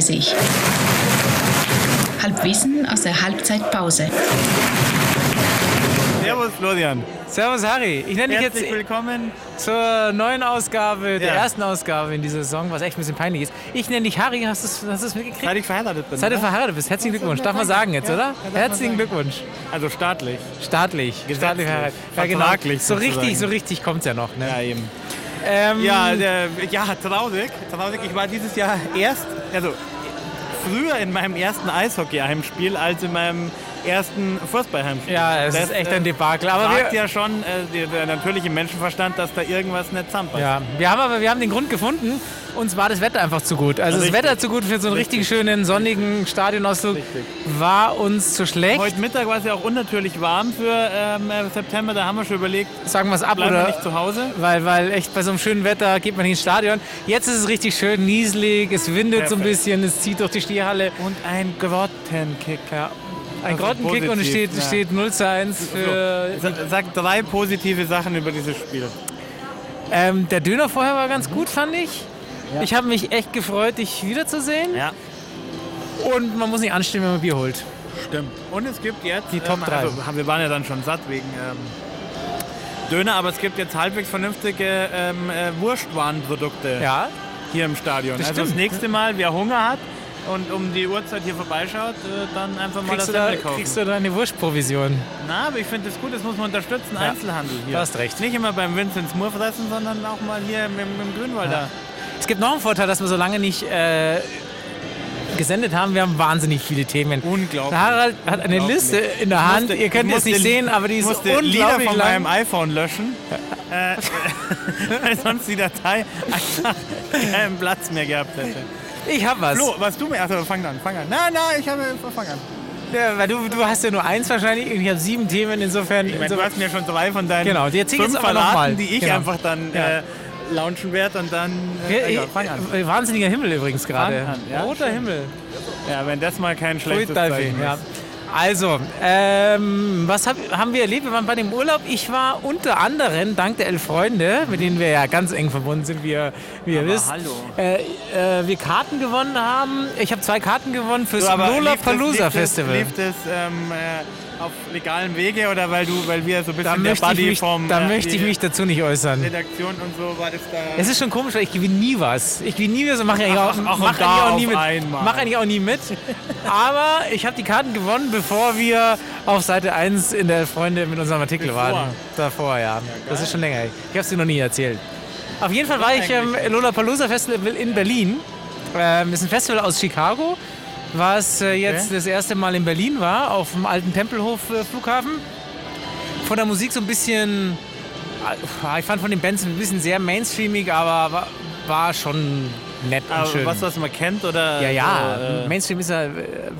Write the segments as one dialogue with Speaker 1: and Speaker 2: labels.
Speaker 1: sich. Halbwissen aus der Halbzeitpause.
Speaker 2: Servus Florian.
Speaker 3: Servus Harry, ich nenne dich jetzt
Speaker 2: Herzlich willkommen.
Speaker 3: zur neuen Ausgabe, der
Speaker 2: Ja.
Speaker 3: ersten Ausgabe in dieser Saison, was echt ein bisschen peinlich ist. Ich nenne dich Harry, hast du es hast du's mitgekriegt?
Speaker 2: Seit ich verheiratet bin.
Speaker 3: Seit du
Speaker 2: oder?
Speaker 3: verheiratet bist, herzlichen Glückwunsch, darf man sagen jetzt, oder? Herzlichen Glückwunsch.
Speaker 2: also staatlich.
Speaker 3: Staatlich, staatlich verheiratet.
Speaker 2: genau. vertraglich
Speaker 3: genau. So richtig,
Speaker 2: sozusagen.
Speaker 3: so richtig kommt es ja noch. Ne?
Speaker 2: Ja, eben.
Speaker 3: Ähm,
Speaker 2: Ja, der, ja, traurig. Traurig. Ich war dieses Jahr erst, also früher in meinem ersten Eishockey-Heimspiel als in meinem ersten Fußballheimspiel.
Speaker 3: ja, es
Speaker 2: Das,
Speaker 3: ist echt
Speaker 2: äh,
Speaker 3: ein Debakel. Aber wir,
Speaker 2: Sagt ja schon äh, der, der natürliche Menschenverstand, dass da irgendwas nicht zusammenpasst.
Speaker 3: Ja, wir haben aber wir haben den Grund gefunden. Uns war das Wetter einfach zu gut. Also
Speaker 2: Richtig.
Speaker 3: das Wetter zu gut für so einen richtig, schönen sonnigen Stadionausflug
Speaker 2: Richtig.
Speaker 3: war uns zu schlecht.
Speaker 2: Heute Mittag war es ja auch unnatürlich warm für ähm, äh, September. Da haben wir schon überlegt,
Speaker 3: Sagen wir es ab
Speaker 2: bleiben wir
Speaker 3: oder
Speaker 2: nicht zu Hause.
Speaker 3: weil, weil echt bei so einem schönen Wetter geht man nicht ins Stadion. Jetzt ist es richtig schön nieselig, es windet so ein
Speaker 2: Perfekt.
Speaker 3: bisschen, es zieht durch die Stierhalle.
Speaker 2: Und ein Grottenkick.
Speaker 3: Ja, ein
Speaker 2: Also
Speaker 3: Grottenkick und es
Speaker 2: positiv,
Speaker 3: steht,
Speaker 2: ja.
Speaker 3: steht 0 zu 1 für.
Speaker 2: Sa- Sag drei positive Sachen über dieses Spiel.
Speaker 3: Ähm, der Döner vorher war ganz gut, fand ich. Ich habe mich echt gefreut, dich wiederzusehen.
Speaker 2: Ja,
Speaker 3: Und man muss nicht anstehen, wenn man Bier holt.
Speaker 2: stimmt. Und es gibt jetzt
Speaker 3: Die Top drei.
Speaker 2: Also, wir waren ja dann schon satt wegen ähm, Döner, aber es gibt jetzt halbwegs vernünftige ähm, äh, Wurstwarenprodukte
Speaker 3: Ja,
Speaker 2: hier im Stadion.
Speaker 3: Das
Speaker 2: also das
Speaker 3: stimmt.
Speaker 2: nächste Mal, wer Hunger hat und um die Uhrzeit hier vorbeischaut, äh, dann einfach mal
Speaker 3: kriegst du,
Speaker 2: das
Speaker 3: da,
Speaker 2: Semmel kaufen.
Speaker 3: kriegst du da eine Wurstprovision.
Speaker 2: Na, aber ich finde das gut, das muss man unterstützen, Einzelhandel hier.
Speaker 3: du hast recht.
Speaker 2: Nicht immer beim Vincent Moore fressen, sondern auch mal hier im, im, im Grünwalder.
Speaker 3: Ja. Es gibt noch einen Vorteil, dass wir so lange nicht äh, gesendet haben. Wir haben wahnsinnig viele Themen.
Speaker 2: Unglaublich.
Speaker 3: Der Harald hat eine
Speaker 2: Unglaublich.
Speaker 3: Liste in der Hand. Ihr könnt
Speaker 2: ich
Speaker 3: es nicht
Speaker 2: musste-
Speaker 3: sehen, aber die
Speaker 2: ich
Speaker 3: ist
Speaker 2: musste Lieder
Speaker 3: unglaublich
Speaker 2: von meinem
Speaker 3: lang.
Speaker 2: iPhone löschen, äh, weil sonst die Datei einfach keinen Platz mehr gehabt hätte.
Speaker 3: Ich hab was.
Speaker 2: Flo, was du mir... Achso, fang an, fang an. Nein, nein, ich habe... Fang an.
Speaker 3: Ja, weil du, du hast ja nur eins wahrscheinlich. Ich habe sieben Themen, insofern.
Speaker 2: Ich mein, du
Speaker 3: insofern
Speaker 2: hast mir schon drei von deinen
Speaker 3: Genau, die erzähl
Speaker 2: fünf
Speaker 3: jetzt aber noch mal.
Speaker 2: verraten, die ich
Speaker 3: Genau.
Speaker 2: einfach dann
Speaker 3: Ja.
Speaker 2: äh, launchen werde und dann...
Speaker 3: Wir-
Speaker 2: Äh, egal, fang an.
Speaker 3: äh, Wahnsinniger Himmel übrigens gerade.
Speaker 2: Fang an, ja,
Speaker 3: Roter
Speaker 2: schön.
Speaker 3: Himmel.
Speaker 2: Ja, wenn das mal kein
Speaker 3: Pfui,
Speaker 2: schlechtes
Speaker 3: Teufel,
Speaker 2: Zeichen
Speaker 3: äh, ja.
Speaker 2: ist.
Speaker 3: Also, ähm, was hab, haben wir erlebt? Wir waren bei dem Urlaub. Ich war unter anderem dank der elf Freunde, mit denen wir ja ganz eng verbunden sind, wie ihr, wie ihr
Speaker 2: Aber
Speaker 3: wisst.
Speaker 2: hallo.
Speaker 3: Äh, äh, wir Karten gewonnen haben. Ich habe zwei Karten gewonnen fürs
Speaker 2: So, aber lief das-
Speaker 3: Lollapalooza
Speaker 2: lief das-
Speaker 3: Festival.
Speaker 2: Lief das ähm, äh, auf legalen Wege oder weil du, weil wir so ein bisschen
Speaker 3: da
Speaker 2: der
Speaker 3: möchte, ich
Speaker 2: Buddy
Speaker 3: mich,
Speaker 2: vom
Speaker 3: da
Speaker 2: äh,
Speaker 3: möchte ich
Speaker 2: die-
Speaker 3: mich dazu nicht äußern.
Speaker 2: Redaktion und so war das da.
Speaker 3: Es ist schon komisch, weil ich gewinne nie was. Ich gewinne nie was und mache eigentlich auch,
Speaker 2: Äh, Ach, ach, und
Speaker 3: mache
Speaker 2: da
Speaker 3: eigentlich auch
Speaker 2: auf
Speaker 3: nie mit.
Speaker 2: einmal.
Speaker 3: Mache eigentlich auch nie mit. Aber ich habe die Karten gewonnen, bevor wir auf Seite 1 in der Freunde mit unserem Artikel
Speaker 2: Bevor.
Speaker 3: waren. Davor, ja. das ist schon länger. her. Ich habe es dir noch nie erzählt. Auf jeden Fall war ich im Lollapalooza Festival in Berlin. Ähm, ist ein Festival aus Chicago, was äh, jetzt
Speaker 2: Okay.
Speaker 3: das erste Mal in Berlin war, auf dem alten Tempelhof äh, Flughafen. Von der Musik so ein bisschen Ah, Ich fand von den Bands ein bisschen sehr mainstreamig, aber war, war schon nett und
Speaker 2: Aber
Speaker 3: schön.
Speaker 2: was, was man kennt oder.
Speaker 3: ja, ja,
Speaker 2: So, äh,
Speaker 3: Mainstream ist ja äh,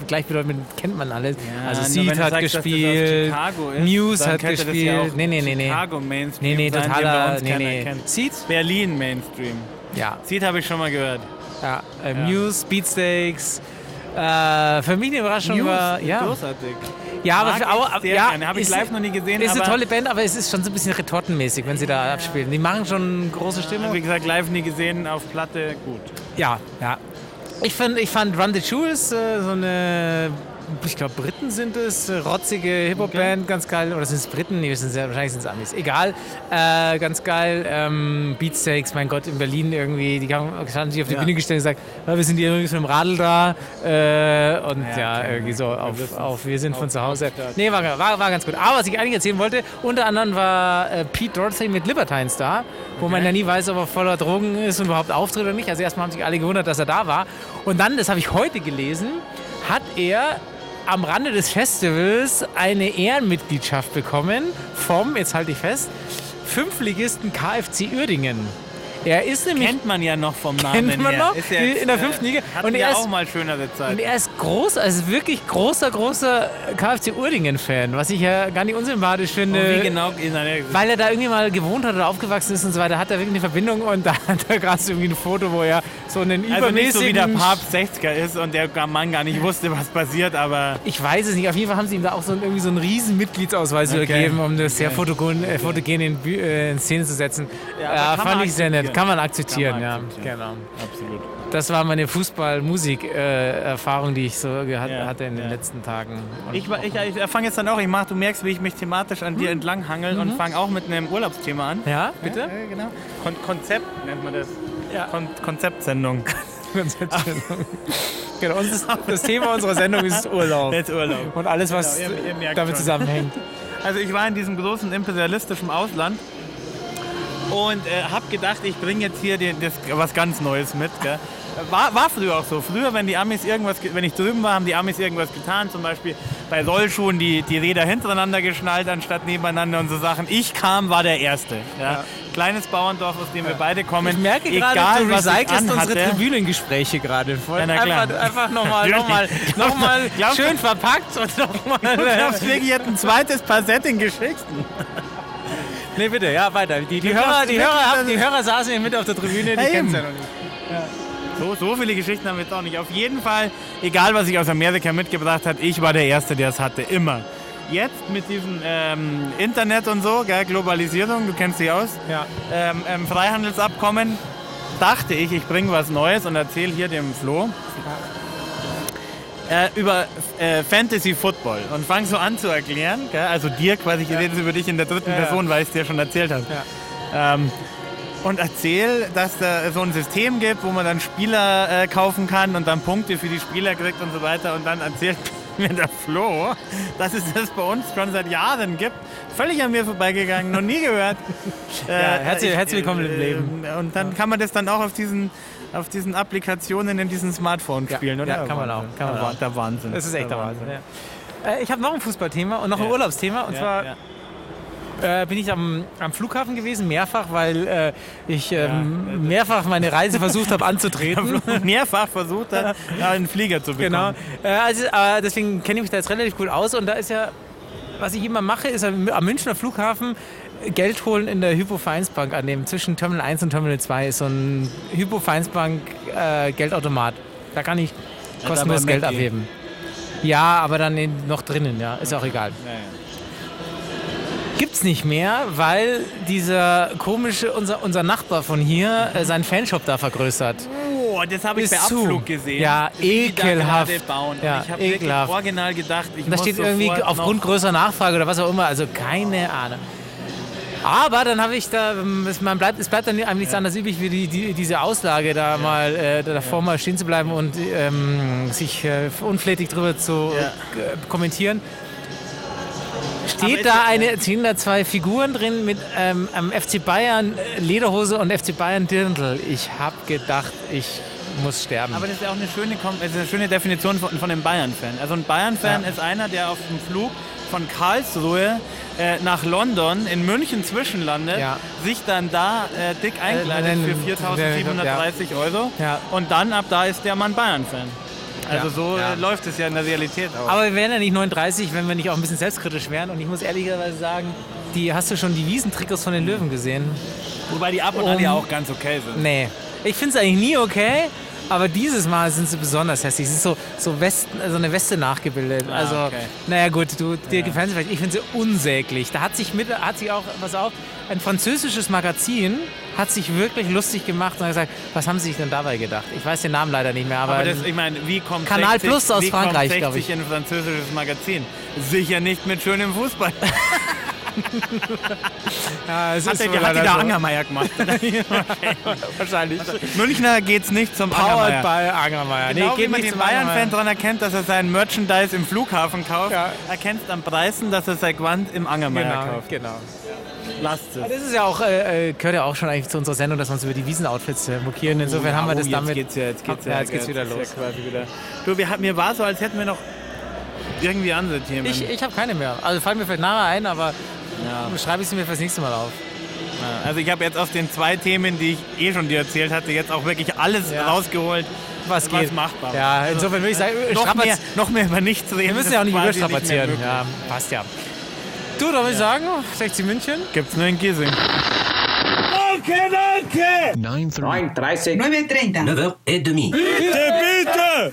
Speaker 3: gleichbedeutend, mit kennt man alles.
Speaker 2: ja,
Speaker 3: also
Speaker 2: Ah, nur
Speaker 3: Seed
Speaker 2: wenn du
Speaker 3: hat
Speaker 2: sagst, dass das aus
Speaker 3: gespielt,
Speaker 2: Chicago ist,
Speaker 3: Muse
Speaker 2: dann
Speaker 3: hat
Speaker 2: könnte das ja
Speaker 3: gespielt.
Speaker 2: auch
Speaker 3: nee, nee, nee, nee.
Speaker 2: Chicago
Speaker 3: Nee,
Speaker 2: Mainstream.
Speaker 3: nee,
Speaker 2: sein, den bei
Speaker 3: totaler.
Speaker 2: uns
Speaker 3: Nee,
Speaker 2: keiner
Speaker 3: nee.
Speaker 2: kennt.
Speaker 3: Seed?
Speaker 2: Berlin Mainstream.
Speaker 3: Ja.
Speaker 2: Seed habe ich schon mal gehört.
Speaker 3: ja. Äh, Muse, Beatsteaks. Äh, für mich eine Überraschung war. Ja,
Speaker 2: großartig.
Speaker 3: ja aber
Speaker 2: Mag
Speaker 3: für, aber,
Speaker 2: ich sehr
Speaker 3: ja,
Speaker 2: gerne. Habe ich
Speaker 3: ist-
Speaker 2: live noch nie gesehen.
Speaker 3: Ist
Speaker 2: aber
Speaker 3: eine tolle Band, aber es ist schon so ein bisschen retortenmäßig, wenn sie da abspielen. Die machen schon große Stimmung.
Speaker 2: Wie gesagt, live nie gesehen, auf Platte gut.
Speaker 3: Ja, ja. Ich, find, ich fand Run the Jewels, äh, so eine, ich glaube Briten sind es, äh, rotzige Hip-Hop-Band, ganz geil. Oder sind es Briten? Nee, sind's, wahrscheinlich sind es Amis. Egal, äh, ganz geil. Ähm, Beatsteaks, mein Gott, in Berlin irgendwie, die haben, haben sich auf die
Speaker 2: Ja.
Speaker 3: Bühne gestellt und gesagt, "Ah, wir sind hier übrigens mit dem Radl da. Äh, und ja,
Speaker 2: okay.
Speaker 3: irgendwie so auf,
Speaker 2: wissen's.
Speaker 3: auf, wir sind von
Speaker 2: Auf-
Speaker 3: zu Hause.
Speaker 2: Hauptstadt.
Speaker 3: Nee, war, war, war ganz gut. Aber was ich eigentlich erzählen wollte, unter anderem war äh, Pete Dorsey mit Libertines da, wo man ja nie weiß, ob er voller Drogen ist und überhaupt auftritt oder nicht. Also erstmal haben sich alle gewundert, dass er da war. Und dann, das habe ich heute gelesen, hat er am Rande des Festivals eine Ehrenmitgliedschaft bekommen vom, jetzt halte ich fest, Fünfligisten KFC Uerdingen. Er ist nämlich
Speaker 2: Kennt man ja noch vom Namen.
Speaker 3: Kennt man
Speaker 2: her.
Speaker 3: noch?
Speaker 2: Ist ja
Speaker 3: Die-
Speaker 2: jetzt,
Speaker 3: in der
Speaker 2: äh,
Speaker 3: fünften Liga.
Speaker 2: Hatten
Speaker 3: Und
Speaker 2: und
Speaker 3: er
Speaker 2: ja
Speaker 3: ist-
Speaker 2: auch mal schönere Zeit.
Speaker 3: Und er ist groß, also wirklich großer, großer KFC Uerdingen-Fan, was ich ja gar nicht unsympathisch
Speaker 2: Und
Speaker 3: finde.
Speaker 2: wie genau in einer
Speaker 3: Weil er da irgendwie mal gewohnt hat oder aufgewachsen ist und so weiter, hat er wirklich eine Verbindung und da hat er gerade so irgendwie ein Foto, wo er so einen
Speaker 2: Also nicht so wie der
Speaker 3: übermäßigen-
Speaker 2: Papst 60er ist und der Mann gar nicht wusste, was passiert, aber
Speaker 3: Ich weiß es nicht. Auf jeden Fall haben sie ihm da auch so einen, irgendwie so einen riesen Mitgliedsausweis
Speaker 2: Okay.
Speaker 3: übergeben, um das sehr
Speaker 2: Okay.
Speaker 3: fotogen, äh, fotogen in, Bü- äh, in Szene zu setzen.
Speaker 2: Ja, aber
Speaker 3: Ja,
Speaker 2: kann man
Speaker 3: fand ich sehr nett.
Speaker 2: akzeptieren.
Speaker 3: Kann man akzeptieren,
Speaker 2: Kann man
Speaker 3: ja.
Speaker 2: akzeptieren.
Speaker 3: Genau.
Speaker 2: absolut.
Speaker 3: Das war meine Fußball-Musik-Erfahrung, die ich so geha-
Speaker 2: Ja,
Speaker 3: hatte in den
Speaker 2: ja.
Speaker 3: letzten Tagen. Und
Speaker 2: Ich, ich, ich fange jetzt dann auch, ich mach, du merkst, wie ich mich thematisch an dir entlanghangel und fange auch mit einem Urlaubsthema an.
Speaker 3: ja, bitte?
Speaker 2: Ja, genau. Kon Konzept nennt man das.
Speaker 3: Ja.
Speaker 2: Kon Konzeptsendung. Ah.
Speaker 3: genau, uns ist, das Thema unserer Sendung ist Urlaub.
Speaker 2: Jetzt Urlaub.
Speaker 3: Und alles, was
Speaker 2: Genau, ihr- ihr merkt
Speaker 3: damit
Speaker 2: schon.
Speaker 3: zusammenhängt.
Speaker 2: Also ich war in diesem großen imperialistischen Ausland und äh, habe gedacht, ich bringe jetzt hier den, das, was ganz Neues mit. Gell? War, war früher auch so. Früher, wenn die Amis irgendwas, ge- wenn ich drüben war, haben die Amis irgendwas getan. Zum Beispiel bei Rollschuhen die, die Räder hintereinander geschnallt anstatt nebeneinander und so Sachen. Ich kam, war der Erste. Ja? Kleines Bauerndorf, aus dem wir beide kommen.
Speaker 3: Ich merke
Speaker 2: Egal,
Speaker 3: gerade, du
Speaker 2: was ich
Speaker 3: recycelst unsere
Speaker 2: anhatte.
Speaker 3: Tribünengespräche gerade voll.
Speaker 2: Ja, na klar.
Speaker 3: Einfach, einfach nochmal noch mal,
Speaker 2: Natürlich.
Speaker 3: noch mal
Speaker 2: Glaubst du-
Speaker 3: schön verpackt und
Speaker 2: Ich
Speaker 3: nochmal.
Speaker 2: hab's wirklich jetzt ein zweites Paar Setting geschickt.
Speaker 3: nee, bitte, ja, weiter. Die, die,
Speaker 2: glaubst
Speaker 3: Hörer, die,
Speaker 2: wirklich,
Speaker 3: Hörer, haben,
Speaker 2: dass
Speaker 3: die Hörer saßen hier mit auf der Tribüne, die
Speaker 2: Ja,
Speaker 3: kennen
Speaker 2: eben.
Speaker 3: ja noch nicht.
Speaker 2: So, so viele Geschichten haben wir jetzt auch nicht. Auf jeden Fall, egal was ich aus Amerika mitgebracht hat, ich war der Erste, der es hatte, immer. Jetzt mit diesem ähm, Internet und so, gell, Globalisierung, du kennst dich aus,
Speaker 3: Ja.
Speaker 2: ähm, ähm, Freihandelsabkommen, dachte ich, ich bringe was Neues und erzähle hier dem Flo äh, über äh, Fantasy Football und fang so an zu erklären, gell, also dir quasi, ich rede jetzt über dich in der dritten
Speaker 3: Ja, ja.
Speaker 2: Person, weil ich es dir schon erzählt habe. Ähm, und erzähl, dass da so ein System gibt, wo man dann Spieler äh, kaufen kann und dann Punkte für die Spieler kriegt und so weiter. Und dann erzählt mir der Flo, dass es das bei uns schon seit Jahren gibt. Völlig an mir vorbeigegangen, noch nie gehört.
Speaker 3: Ja, herzlich- herzlich willkommen im
Speaker 2: äh,
Speaker 3: Leben.
Speaker 2: äh, Und dann kann man das dann auch auf diesen, auf diesen Applikationen in diesen Smartphone
Speaker 3: Ja,
Speaker 2: spielen, oder?
Speaker 3: ja, kann man auch, kann man
Speaker 2: der, Wa-
Speaker 3: auch.
Speaker 2: Der Wahnsinn.
Speaker 3: Das ist echt der Wahnsinn. Also, Ja. Äh, Ich habe noch ein Fußballthema und noch ein
Speaker 2: Ja.
Speaker 3: Urlaubsthema. Und
Speaker 2: Ja,
Speaker 3: zwar
Speaker 2: ja.
Speaker 3: Äh, bin ich am, am Flughafen gewesen, mehrfach, weil äh, ich ähm,
Speaker 2: Ja, äh,
Speaker 3: mehrfach meine Reise versucht habe anzutreten.
Speaker 2: Mehrfach versucht hat, einen Flieger zu bekommen.
Speaker 3: genau. Äh, also, äh, deswegen kenne ich mich da jetzt relativ gut aus. Und da ist ja, was ich immer mache, ist am am Münchner Flughafen Geld holen in der Hypo-Vereinsbank an dem zwischen Terminal 1 und Terminal 2 ist so ein Hypo-Vereinsbank äh, Geldautomat. Da kann ich kostenlos
Speaker 2: aber
Speaker 3: Geld
Speaker 2: mitgehen.
Speaker 3: abheben. Ja, aber dann in, noch drinnen, ja. Ist auch egal.
Speaker 2: Ja, ja.
Speaker 3: Gibt's nicht mehr, weil dieser komische, unser, unser Nachbar von hier äh, seinen Fanshop da vergrößert.
Speaker 2: Oh, das habe ich
Speaker 3: Ist
Speaker 2: bei
Speaker 3: zu.
Speaker 2: Abflug gesehen.
Speaker 3: Ja,
Speaker 2: Wie die da
Speaker 3: ekelhaft.
Speaker 2: gerade Bauen.
Speaker 3: Ja,
Speaker 2: ich habe
Speaker 3: ekelhaft.
Speaker 2: wirklich original gedacht, ich
Speaker 3: Und da
Speaker 2: muss
Speaker 3: steht irgendwie
Speaker 2: sofort
Speaker 3: aufgrund
Speaker 2: noch-
Speaker 3: größerer Nachfrage oder was auch immer, also keine Ahnung. Aber dann habe ich da, ähm, es, man bleibt, es bleibt dann einem nichts anderes übrig, wie die, die, diese Auslage da mal äh, da- davor mal stehen zu bleiben und ähm, sich äh, unflätig drüber zu
Speaker 2: Ja.
Speaker 3: äh, kommentieren.
Speaker 2: Aber
Speaker 3: Steht
Speaker 2: ist
Speaker 3: da
Speaker 2: ja-
Speaker 3: eine, stehen da zwei Figuren drin mit ähm, einem FC Bayern äh, Lederhose und FC Bayern Dirndl. Ich habe gedacht, ich muss sterben.
Speaker 2: Aber das ist ja auch eine schöne, Kom also eine schöne Definition von, von einem Bayern-Fan. Also ein Bayern-Fan
Speaker 3: Ja.
Speaker 2: ist einer, der auf dem Flug von Karlsruhe äh, nach London in München zwischenlandet,
Speaker 3: Ja,
Speaker 2: sich dann da äh, dick einkleidet
Speaker 3: nein,
Speaker 2: für 4.730 Euro
Speaker 3: Ja.
Speaker 2: und dann ab da ist der Mann Bayern-Fan. Also
Speaker 3: Ja,
Speaker 2: so
Speaker 3: ja.
Speaker 2: Äh, läuft es ja in der Realität auch.
Speaker 3: Aber wir wären ja nicht 39, wenn wir nicht auch ein bisschen selbstkritisch wären. Und ich muss ehrlicherweise sagen, die, hast du schon die Wiesentrikots von den Löwen gesehen?
Speaker 2: Wobei die ab und an
Speaker 3: Um-
Speaker 2: ja auch ganz okay sind.
Speaker 3: Nee. Ich finde es eigentlich nie okay, aber dieses Mal sind sie besonders hässlich. Es ist so, so Westen, also eine Weste nachgebildet.
Speaker 2: Ah,
Speaker 3: also,
Speaker 2: okay.
Speaker 3: naja gut, du, dir gefällt sie vielleicht. Ich finde sie unsäglich. Da hat sich, mit, hat sich auch, pass auf, ein französisches Magazin hat sich wirklich lustig gemacht und hat gesagt, was haben sie sich denn dabei gedacht? Ich weiß den Namen leider nicht mehr, aber,
Speaker 2: Aber das, ich meine, wie kommt
Speaker 3: Kanal
Speaker 2: 60,
Speaker 3: Plus aus
Speaker 2: wie kommt
Speaker 3: Frankreich,
Speaker 2: 60
Speaker 3: glaub ich.
Speaker 2: in ein französisches Magazin? Sicher nicht mit schönem Fußball.
Speaker 3: ja, es
Speaker 2: Hat der,
Speaker 3: wohl
Speaker 2: hat die
Speaker 3: leider
Speaker 2: der
Speaker 3: so.
Speaker 2: Angermeier gemacht?
Speaker 3: Wahrscheinlich.
Speaker 2: Münchner geht's nicht zum
Speaker 3: Powered
Speaker 2: Angermeier.
Speaker 3: by Angermeier.
Speaker 2: Genau
Speaker 3: nee,
Speaker 2: wie
Speaker 3: geht
Speaker 2: man
Speaker 3: nicht
Speaker 2: den
Speaker 3: zum Angermeier.
Speaker 2: Bayern-Fan daran erkennt, dass er sein Merchandise im Flughafen kauft,
Speaker 3: Ja.
Speaker 2: erkennst am Preisen, dass er sein Gewand im Angermeier
Speaker 3: Genau,
Speaker 2: kauft.
Speaker 3: genau.
Speaker 2: Lasst es.
Speaker 3: Das ist ja auch, äh, äh, gehört ja auch schon eigentlich zu unserer Sendung, dass wir uns über die Wiesenoutfits äh, mokieren. Insofern haben wir das
Speaker 2: Oh, jetzt
Speaker 3: damit.
Speaker 2: Geht's ja, jetzt geht's
Speaker 3: Ja,
Speaker 2: ja,
Speaker 3: jetzt geht's wieder
Speaker 2: ist ja
Speaker 3: los.
Speaker 2: quasi wieder. Du, wir, hat- mir war so, als hätten wir noch irgendwie andere Themen.
Speaker 3: Ich, ich habe keine mehr. Also fallen mir vielleicht nachher ein, aber
Speaker 2: ja.
Speaker 3: schreibe ich sie mir fürs nächste Mal auf.
Speaker 2: Also ich habe jetzt aus den zwei Themen, die ich eh schon dir erzählt hatte, jetzt auch wirklich alles
Speaker 3: Ja.
Speaker 2: rausgeholt.
Speaker 3: Was
Speaker 2: Was
Speaker 3: geht?
Speaker 2: machbar.
Speaker 3: Ja, insofern würde ich sagen, äh,
Speaker 2: Noch
Speaker 3: strapazieren.
Speaker 2: mehr, noch mehr über nichts reden.
Speaker 3: Wir müssen ja auch nicht überstrapazieren. Ja, passt ja. Du, da würde ich sagen, 60 München.
Speaker 2: Gibt's nur in Giesing.
Speaker 4: 9.30.
Speaker 5: 9.30.
Speaker 6: 9h30.
Speaker 4: 9h30.
Speaker 2: Bitte!